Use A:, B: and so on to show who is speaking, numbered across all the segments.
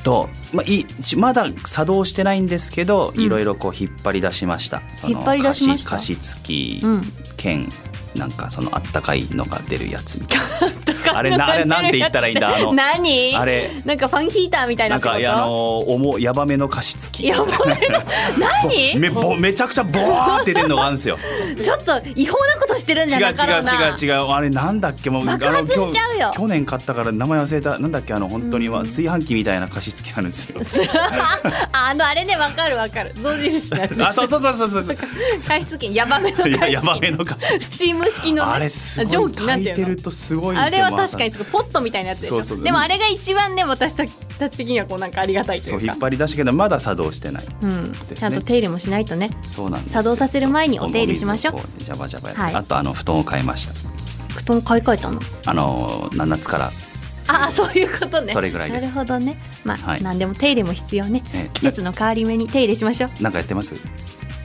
A: っとまあいちまだ作動してないんですけど、
B: ん
A: いろいろこう引っ張り出しましたその
B: 引っ張り出しました
A: 加湿加湿器
B: うん
A: 兼、なんかそのあったかいのが出るやつみたいなあれなあれなんて言ったらいいんだあの
B: 何
A: あれ
B: なんかファンヒーターみたいな
A: なん
B: ってこ
A: か
B: と
A: いやあの重やばめの加湿器
B: や ばめの何
A: めぼめちゃくちゃボワーって出るのがあるんですよ
B: ちょっと違法なことしてるんじ
A: 違
B: ゃ
A: う違
B: なかろうな
A: う違う違うあれなんだっけもう
B: 爆発
A: あの
B: しちゃうよ
A: 去年買ったから名前忘れたなんだっけあの本当には炊飯器みたいな加湿器あるんで すよ
B: あのあれねわかるわかる象印のやつ ね
A: あそうそうそうそうそう
B: 加湿器ヤバめの加
A: い
B: 湿
A: や
B: 器
A: やばめの加湿器
B: スチーム 式の、ね、
A: あれすご
B: 蒸
A: い
B: 気なんて
A: 炊いて
B: いう
A: る
B: の
A: とすごいん
B: あ
A: です
B: れ
A: よ
B: は確かに
A: ま
B: そのポットみたいなやつでしょ
A: そうそう
B: でもあれが一番ね私たちにはこうなんかありがたい
A: あ
B: とい
A: そう
B: う
A: 引
B: か
A: っ張り出したけどまだ作動してない
B: うん、
A: すね
B: ちゃんと手入れもしないとね
A: そうなんです
B: 作動させる前にお手入れしましょう
A: そうお水をこジャバジャバやって
B: はい
A: あとあの布団を買いまし
B: 布団買い替えたの
A: たあのな夏から
B: ああそういうことね
A: それぐらいです
B: なるほどねまあ、
A: はい
B: 何でも手入れも必要ね
A: え
B: 季節の変わり目に手入れしましょう
A: なんかやってます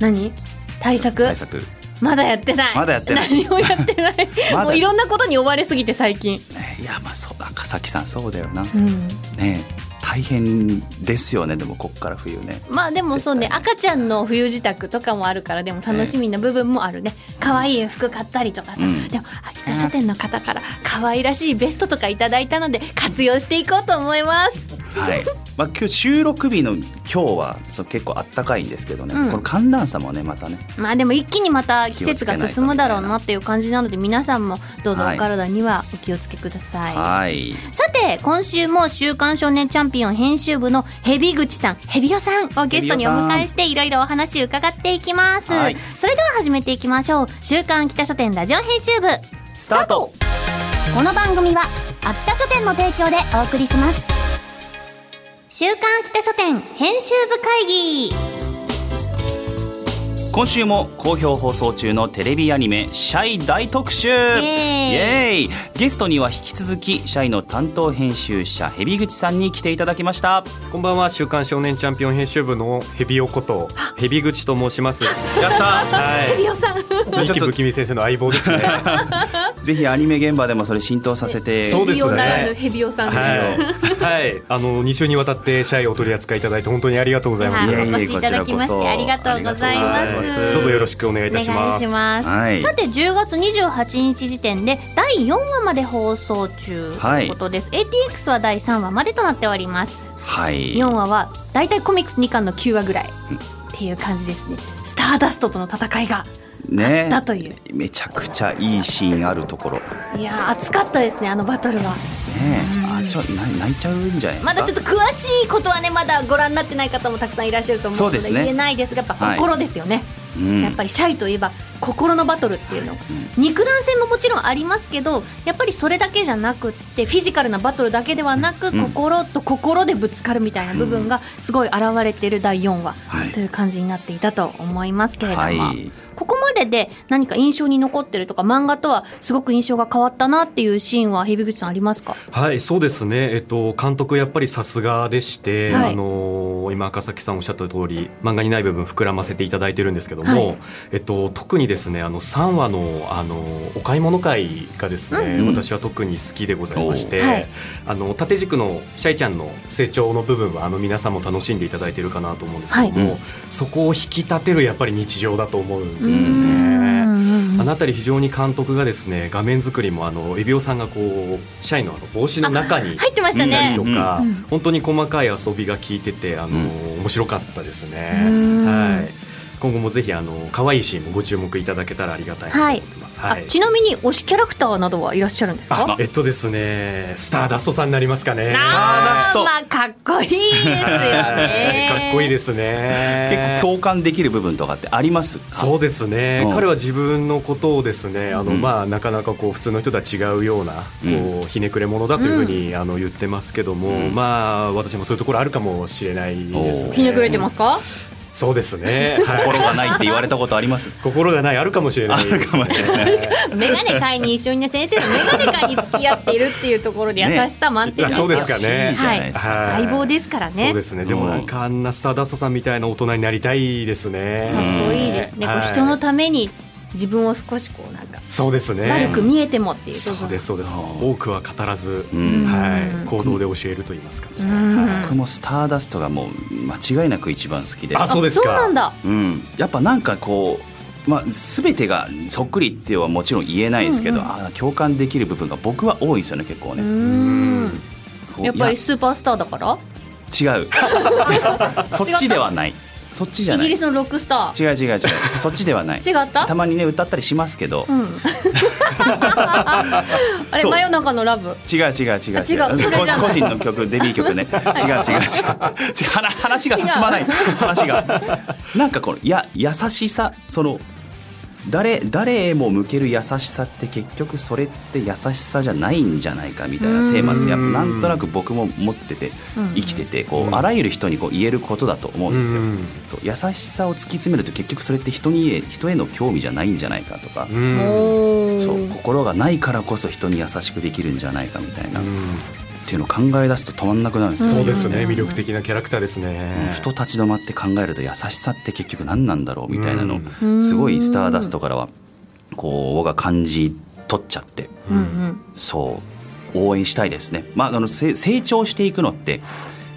B: 何対策
A: 対策
B: まだやってない
A: まだやってない
B: 何もやってない
A: まだ
B: もういろんなことに追われすぎて最近
A: ねいやまあそう赤崎さんそうだよな
B: うん
A: ね大変ですよねでもこっから冬ね
B: まあでもそうね赤ちゃんの冬支度とかもあるからでも楽しみな部分もあるね可愛い服買ったりとかさ、
A: うん
B: でも秋田書店の方から可愛らしいベストとかいただいたので活用していこうと思います
A: はい。まあ今日収録日の今日はそう結構あったかいんですけどね、
B: うん
A: この寒暖差もねまたね
B: まあでも一気にまた季節が進むだろうなっていう感じなので皆さんもどうぞお体にはお気をつけください、
A: はい
B: さて今週も「週刊少年チャンピオン」編集部のヘビ口さんヘビオさんをゲストにお迎えしていろいろお話伺っていきます、
A: はい
B: それでは始めていきましょう「週刊秋田書店ラジオ編集部」
A: スタート
B: この番組は秋田書店の提供でお送りします週刊秋田書店編集部会議
A: 今週も好評放送中のテレビアニメ「シャイ大特集」イ
B: エーイ
A: エーイゲストには引き続きシャイの担当編集者ヘビ口さんに来ていただきました
C: こんばんは週刊少年チャンピオン編集部のヘビオことヘビ口と申します。
A: やった
C: は
B: ヘビオさん
C: い。
A: ちょ
C: ち
A: っと
C: ょ不気味先生の相棒ですね。
A: ぜひアニメ現場でもそれ浸透させて
C: そうで
B: ヘビ
C: すね
B: オならぬヘビオさんで、
C: はい。はい。あの二週にわたってシャイをお取り扱いいただいて本当にありがとうございま
B: は
C: す。
A: いえ
B: い、
A: いえ
B: お越しいただきまし
A: こちらこ
B: て
A: そ
B: ありがとうござい
A: あ
B: ま
A: りがとうござい
B: す
A: ます
C: どうぞよろしくお願いい
B: お
C: た
B: 願い
C: します。
B: します、
A: はい
B: さて10月28日時点で第4話まで放送中と
A: はい
B: いうことです、ATX は第3話までとなっております
A: はい
B: 4話はだいたいコミックス2巻の9話ぐらいっていう感じですねスターダストとの戦いが
A: ね
B: だという
A: めちゃくちゃいいシーンあるところね
B: いやー熱かったですねあのバトルは
A: あちょな泣いちゃうんじゃないです
B: ま
A: か
B: だちょっと詳しいことはねまだご覧になってない方もたくさんいらっしゃると思うので
A: そうですね
B: 言えないですがやっぱ
A: はい
B: 心ですよね、
A: うん
B: やっぱりシャイといえば心のバトルっていうの、肉弾戦ももちろんありますけどやっぱりそれだけじゃなくってフィジカルなバトルだけではなく、
A: ん
B: 心と心でぶつかるみたいな部分がすごい現れてる第4話
A: はい
B: という感じになっていたと思いますけれども、
A: はい
B: ここまでで何か印象に残ってるとか漫画とはすごく印象が変わったなっていうシーンは蛇口さんありますか
C: はい、そうですね。えっと監督やっぱりさすがでして、
B: はい
C: あのー今赤崎さんおっしゃった通り、漫画にない部分膨らませていただいてるんですけども、
B: はい
C: えっと特にですね、あの三話のあのーお買い物会がですね、
A: うん
C: 私は特に好きでございまして、
B: おーはい
C: あの縦軸のシャイちゃんの成長の部分はあの皆さんも楽しんでいただいてるかなと思うんですけども、
A: は
C: そこを引き立てるやっぱり日常だと思うん
B: う
C: ですよね。
B: ん
C: あの辺り非常に監督がですね画面作りもあのエビオさんがこう社員のあの帽子の中に
B: 入ってましたね
C: とか、
B: うん
C: 本当に細かい遊びが効いててあの、
A: う
C: 面白かったですね。
B: うん
C: はい。今後もぜひあの可愛いシーンもご注目いただけたらありがたいなと思ってます。はい
B: あちなみに推しキャラクターなどはいらっしゃるんですか
C: あえっとですね、スターダストさんになりますかね。
A: スタ
B: ま
A: ーダ
B: あかっこいいですよね
C: かっこいいですね。
A: 結構共感できる部分とかってあります
C: そうですね、
A: うん
C: 彼は自分のことをですねあの、
A: うん
C: まあ、なかなかこう普通の人とは違うような、
A: う
C: こうひねくれ者だというふうに、あの言ってますけども、
A: うん
C: まあ私もそういうところあるかもしれないです
A: お
C: ね。
A: ー
B: ひねくれてますか
C: そうですね、はい、
A: 心がないって言われたことあります
C: 心がないある かもしれない
A: あるかもしれない
B: メガネ買いに一緒にね先生のメガネ買いに付き合っているっていうところで優しさ満点
C: い
B: で
C: や
B: す
C: そ
B: よ
C: うですかね
A: いいじゃないですか、
C: はい
B: 相棒ですからね
C: そうですねでもなんかあんなスターダストさんみたいな大人になりたいですね、
B: かっこいいですね、
C: はい
B: こう人のために自分を少しこうなんか
C: そうですね
B: 悪く見えてもっていう部分
C: そうですそうです
A: うん
C: 多くは語らず、
A: うん
C: はい、行動で教えると言いますか、ね
B: うん
A: 僕もスターダストがもう間違いなく一番好きで
C: あそうですか
B: そうなんだ
A: うん、やっぱなんかこう、まあ、全てがそっくりってはもちろん言えないんですけど、あー共感できる部分が僕は多いですよね結構
B: う
A: ね。
B: ん
A: こう
B: やっぱり
A: い
B: スーパースターだから
A: や 違うそっちではないそっちじゃ
B: イ
A: な
B: ギ
A: い違
B: リ
A: う
B: スのロックスター
A: 違う違うそっちではない
B: 違った
A: たまにね歌ったりしますけど、
B: うんあれ
A: そう
B: 真夜中のラブ
A: 違う違う違う違う
B: あ違うそれじゃない
A: 個人の曲デビュー曲ね違う違う違う違う話話が進まない話がなんかこのや優しさその誰誰へも向ける優しさって結局それって優しさじゃないんじゃないかみたいなテーマってやっぱなんとなく僕も持ってて
B: うん
A: 生きててこ
C: う
A: うんあらゆる人にこう言えることだと思うんですよ
C: うん。
A: そう優しさを突き詰めると結局それって人に人への興味じゃないんじゃないかとか
C: う、ん
B: お
A: そう
B: ー
A: 心がないからこそ人に優しくできるんじゃないかみたいな。
C: うん
A: っていうのを考え出すと止まんなくなるんですよ
C: そうですね、
B: うん
C: 魅力的なキャラクターです
A: うん
C: ね。
A: ふと立ち止まって考えると優しさって結局何なんだろうみたいなの、
B: う
A: すごいスターダストからはこう我が感じ取っちゃって
B: うんうん
A: そう応援したいですね、まあ、あのせ成長していくのって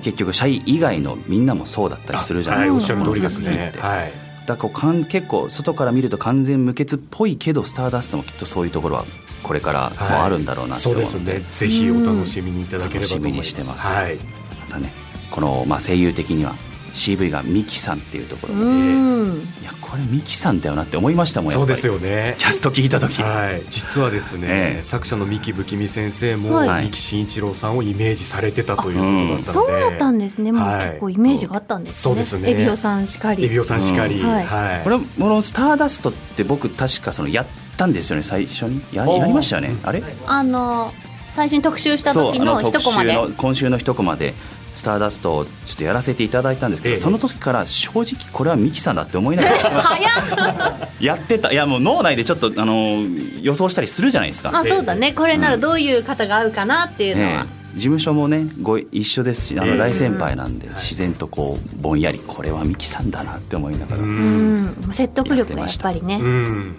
A: 結局社員以外のみんなもそうだったりするじゃない
C: はい、
A: で
C: おっ
A: す
C: し
A: か
C: ゃる通りで
A: こ
C: す
A: の作品っ
C: ね
A: て。
C: はい。
A: だからこうかん結構外から見ると完全無欠っぽいけどスターダストもきっとそういうところはこれからもあるんだろうなって
C: そ
A: 思
C: う
A: うの
C: で
A: で,、
C: すね。ぜひお楽しみにいただければと思
A: 楽しみ
C: いま
A: に
C: す。
A: してます
C: はい。
A: またねこの、まあ、声優的には CV がミキさんっていうところが
B: うん
A: いやこれミキさんだよなって思いましたもんや
C: そ
A: っ
C: う
A: ぱ
C: で
A: り
C: すよね
A: キ。ャスト聞いた時、
C: はい、実はですね、
A: ええ
C: 作者の三木不気味先生も、
A: はい
C: 三木慎一郎さんをイメージされてたということだったので、
B: そうだったんですねもう
C: はい
B: 結構イメージがあったんですね
C: そうですね
B: エビオさんしかり
C: エビオさんしかり、
A: うん
B: はい
C: はい
A: これこの「スターダスト」って僕確かそのやったんですよね最初にや
C: おー
A: やりましたよねあれ
B: あの最初に特集した時の一コマで
A: の今週の一コマで「スターダスト」をちょっとやらせていただいたんですけど、
C: ええ
A: その時から正直これはミキさんだって思いながら
B: 早っ
A: やってたいやもう脳内でちょっとあの予想したりするじゃないですか。
B: あそうだねこれならどういう方が合うかなっていうの
A: え
B: は、
A: え事務所もねご一緒ですしあ
C: え
A: の
C: え
A: 大先輩なんで、自然とこうぼんやりこれはミキさんだなって思いながら、
C: う、
B: うんん説得力がやっぱりね
C: うん、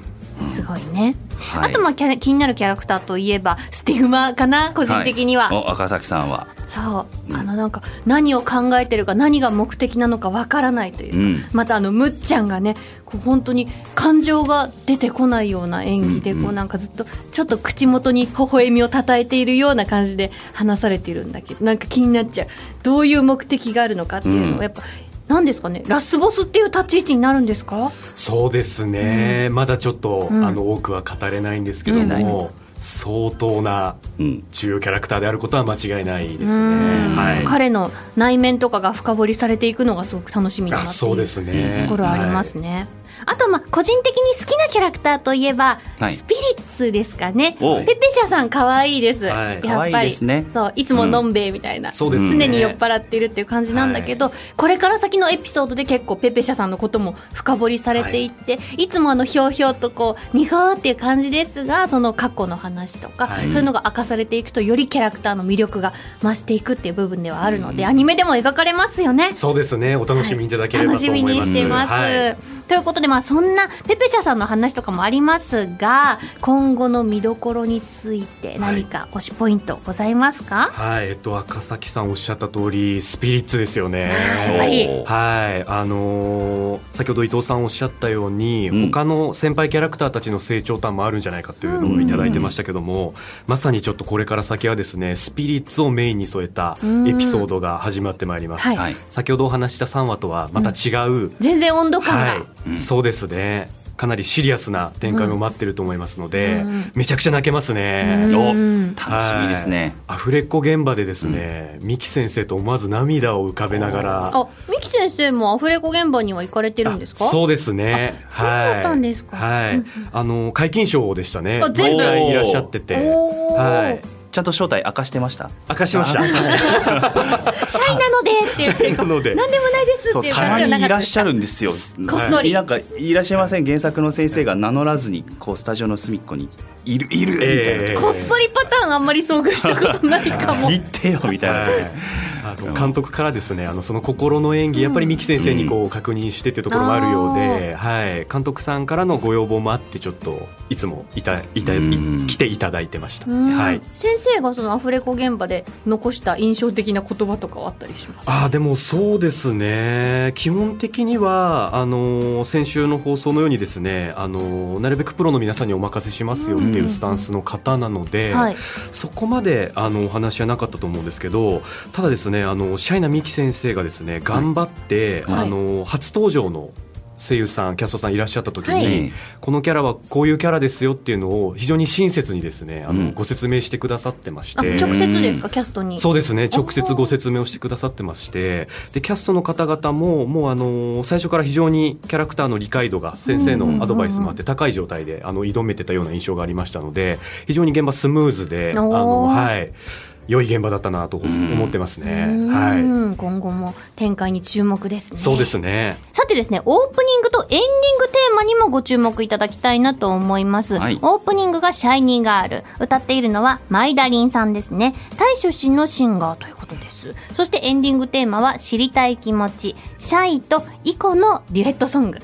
B: すごいね、
A: は
B: あとまあキャラ気になるキャラクターといえばスティグマかな個人的には、
A: いお赤崎さんは、
B: そう
A: うん
B: あのなんか何を考えてるか何が目的なのかわからないというう、
A: ん、
B: またあのむっちゃんがねこう本当に感情が出てこないような演技で、
A: うんうん
B: こうなんかずっとちょっと口元に微笑みをたたえているような感じで話されているんだけどなんか気になっちゃうどういう目的があるのかっていうのを、
A: うん
B: やっぱ何ですかねラスボスっていう立ち位置になるんですか
C: そうですね、まだちょっと、
B: うん
C: あの多くは語れないんですけど
A: 言え
C: も、相当な
A: うん、
C: 重要キャラクターであることは間違いないです
B: う
C: ね
B: ん。
C: はい。
B: 彼の内面とかが深掘りされていくのがすごく楽しみだなっ
C: あ、
B: ていう
C: そうですね。
B: ところはあります
C: ね。
B: ね。
D: あとまあ個人的に好きなキャラクターといえば、
A: はい
D: スピリッツですかね
A: おう
B: ペペシャさん可愛いです。
C: はい
B: やっ
A: 可
B: ぱ
A: 愛
B: り
A: いですね
B: そういつものんべえみたいな、
C: そうですね
B: 常に酔っ払っているっていう感じなんだけど、これから先のエピソードで結構ペペシャさんのことも深掘りされていって、い、つもあのひょうひょうとこうにほーっていう感じですがその過去の話とか、
C: はい
B: そういうのが明かされていくとよりキャラクターの魅力が増していくっていう部分ではあるので、アニメでも描かれますよね。
C: そうですね。お楽しみいただければ
B: 楽
C: と
B: し
C: 思
B: み
C: います。
B: にしてます。
C: はい
B: ということで、まあ、そんなペペシャさんの話とかもありますが今後の見どころについて何か推しポイントございますか、
C: はい、えっと赤崎さんおっしゃった通りスピリッツですよね。
B: やっぱり
A: おー
C: はい、あのー先ほど伊藤さんおっしゃったように、
A: うん
C: 他の先輩キャラクターたちの成長感もあるんじゃないかというのをいただいてましたけども、まさにちょっとこれから先はですねスピリッツをメインに添えたエピソードが始まってまいります。
B: はい
A: はい
C: 先ほどお話しした3話とはまた違う、
B: 全然温度感が、
C: はい、そうですねかなりシリアスな展開も待ってると思いますので、めちゃくちゃ泣けます
A: お
C: ね、
A: 楽しみですね。
C: はいアフレコ現場でですね、三木先生と思わず涙を浮かべながら
B: あ、三木先生もアフレコ現場には行かれてるんですか
C: あそうですね。
B: あそうだったんですか
C: はい。あの解禁賞でしたね。
B: あ全部
C: 毎回いらっしゃってて、
B: おー
C: はい。
A: ちゃんと正体明かしてました。
C: 明かしました。
B: シャイなのでって言って
C: なので、
B: 何でもないですっていう
A: た
B: 感
A: ま
B: じ
A: に
B: じゃ
A: い
B: なからっ
A: っ
B: た
A: しゃるんですよ。
B: こっそり
A: なんかいらっしゃいません。原作の先生が名乗らずにこうスタジオの隅っこにいるいるみたいな。
C: え
B: こっそりパターンあんまり遭遇したことないか も
A: 言ってよみたいな。
C: あの監督からですね、あのその心の演技、やっぱり三木先生にこう確認してっていうところもあるようで、はい。監督さんからのご要望もあってちょっといつもいたいたい
A: うん
C: 来ていただいてました。
B: うん
C: はい。
B: 先生がそのアフレコ現場で残した印象的な言葉とかはあったりします
C: あーでもそうですね基本的にはあのー先週の放送のようにですね、あのーなるべくプロの皆さんにお任せしますよっていうスタンスの方なので、
B: はい
C: そこまであのお話はなかったと思うんですけどただですねあのシャイなミキ先生がですね頑張って、
B: はい
C: あのー初登場の声優さんキャストさんいらっしゃった時に、
B: はい
C: このキャラはこういうキャラですよっていうのを非常に親切にですねあの、
A: うん
C: ご説明してくださってまし
B: あ
C: て
B: 直接ですかキャストに
C: そうですね直接ご説明をしてくださってましてでキャストの方々ももうあの最初から非常にキャラクターの理解度が先生のアドバイスもあって高い状態であの挑めてたような印象がありましたので非常に現場スムーズであ
B: おー
C: の、はい、良い現場だったなと思ってますね。はい
B: うん今後も展開に注目ですね
C: そうですね
B: さてですね、オープニングとエンディングテーマにもご注目いただきたいなと思います。
A: はい
B: オープニングがシャイニーガール。歌っているのはマイダリンさんですね。タイ出身のシンガーということです。そしてエンディングテーマは知りたい気持ち、シャイとイコのデュエットソング。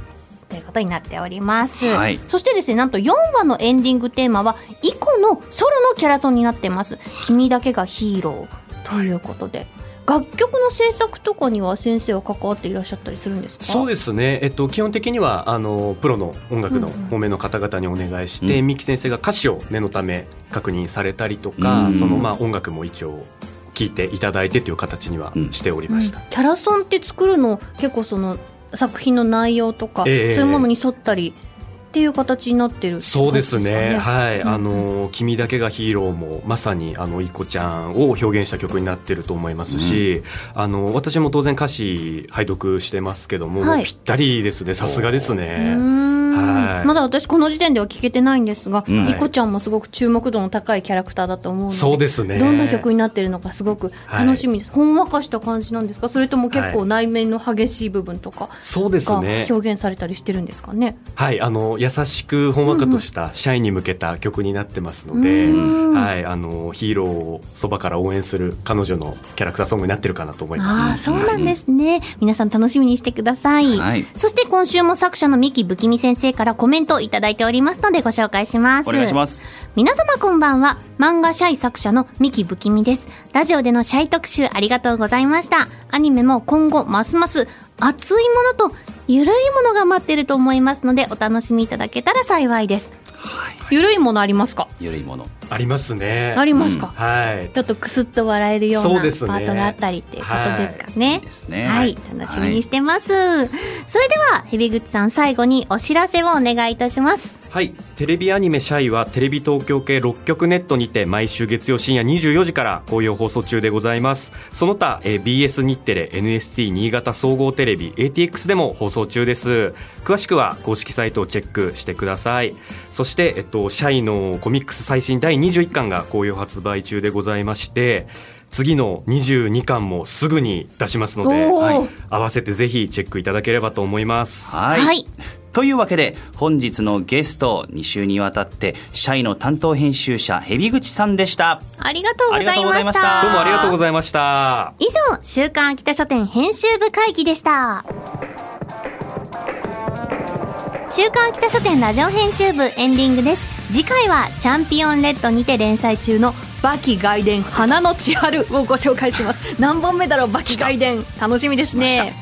B: ということになっております、
A: はい
B: そしてですねなんと4話のエンディングテーマはイコのソロのキャラソンになってます「君だけがヒーロー」ということで、楽曲の制作とかには先生は関わっていらっしゃったりするんですか
C: そうですね、えっと、基本的にはあのプロの音楽の方面の方々にお願いして、
A: う
C: 三木先生が歌詞を念のため確認されたりとか、
A: うん
C: そのまあ音楽も一応聴いていただいてという形にはしておりました。
B: キャラソンって作るの結構その作品の内容とか、
C: ええ
B: そういうものに沿ったりっていう形になってる
C: そうです
B: 感じ
C: ね。
B: か
C: はい、
B: うん
C: あの君だけがヒーローもまさにあのいこちゃんを表現した曲になってると思いますし、あの私も当然歌詞拝読してますけども、
B: はい
C: ぴったりですね。さすがですね。
B: うーん
C: はい
B: まだ私この時点では聞けてないんですが、
A: うん
B: いこちゃんもすごく注目度の高いキャラクターだと思うので
C: そうですね。
B: どんな曲になってるのかすごく楽しみです、ほんわかした感じなんですかそれとも結構内面の激しい部分とか
C: そうです
B: が
C: ね
B: 表。現されたりしてるんですかね
C: はい、あの優しくほんわかとした社員に向けた曲になってますので、
B: うん
C: はい、あのヒーローをそばから応援する彼女のキャラクターソングになってるかなと思います。
B: ああそうなんですね皆さん楽しみにしてください、
A: はい
B: そして今週も作者の三木ぶきみ先生からコメントをいただいておりますのでご紹介します
A: お願いします。
B: 皆様こんばんは。漫画シャイ作者の三木ぶきみです。ラジオでのシャイ特集ありがとうございました。アニメも今後ますます熱いものとゆるいものが待ってると思いますのでお楽しみいただけたら幸いです。ゆるいものありますか
A: よりもの。
C: ありますね。
B: ありますか、
C: はい、
B: ちょっとクスッと笑えるような
C: そ
B: パ
C: うですね
B: ートがあったりっていうことですかね。
A: ですね。
B: はい、楽しみにしてます。それでは、ヘビグチさん最後にお知らせをお願いいたします。
C: はい、テレビアニメ「シャイ」はテレビ東京系6局ネットにて毎週月曜深夜24時から好評放送中でございますその他、えー BS 日テレ NST 新潟総合テレビ ATX でも放送中です詳しくは公式サイトをチェックしてくださいそして、えっと、シャイのコミックス最新第21巻が好評発売中でございまして次の22巻もすぐに出しますので、
B: おー
C: はい合わせてぜひチェックいただければと思います
A: はい。
B: はい
A: というわけで本日のゲスト2週にわたって社員の担当編集者蛇口さんでした。
B: ありがとうございま
A: ありがとうございま
B: し
A: した
B: た。
C: どうもありがとうございました
B: 以上、週刊秋田書店編集部会議でした。週刊秋田書店ラジオ編集部エンディングです。次回はチャンピオンレッドにて連載中のバキ外伝花の千春をご紹介します。何本目だろうバキ外伝楽しみですね。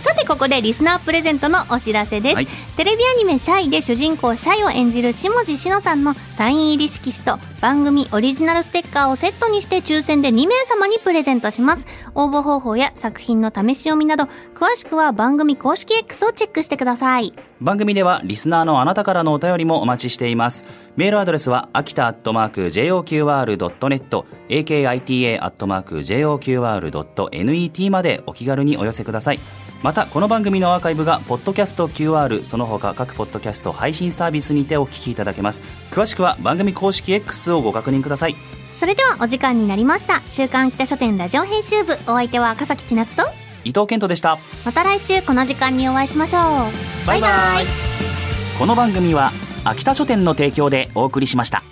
B: さてここでリスナープレゼントのお知らせです、
A: はい
B: テレビアニメ「シャイ」で主人公シャイを演じる下地志乃さんのサイン入り色紙と番組オリジナルステッカーをセットにして抽選で2名様にプレゼントします応募方法や作品の試し読みなど詳しくは番組公式 X をチェックしてください
A: 番組ではリスナーのあなたからのお便りもお待ちしていますメールアドレスは秋田アットマーク JOQR.net akita アットマーク JOQR.net までお気軽にお寄せくださいまたこの番組のアーカイブがポッドキャスト QR その他各ポッドキャスト配信サービスにてお聞きいただけます詳しくは番組公式 X をご確認ください
B: それではお時間になりました週刊秋田書店ラジオ編集部お相手は赤崎千夏と
A: 伊藤健人でした
B: また来週この時間にお会いしましょう
A: バイバイこの番組は秋田書店の提供でお送りしました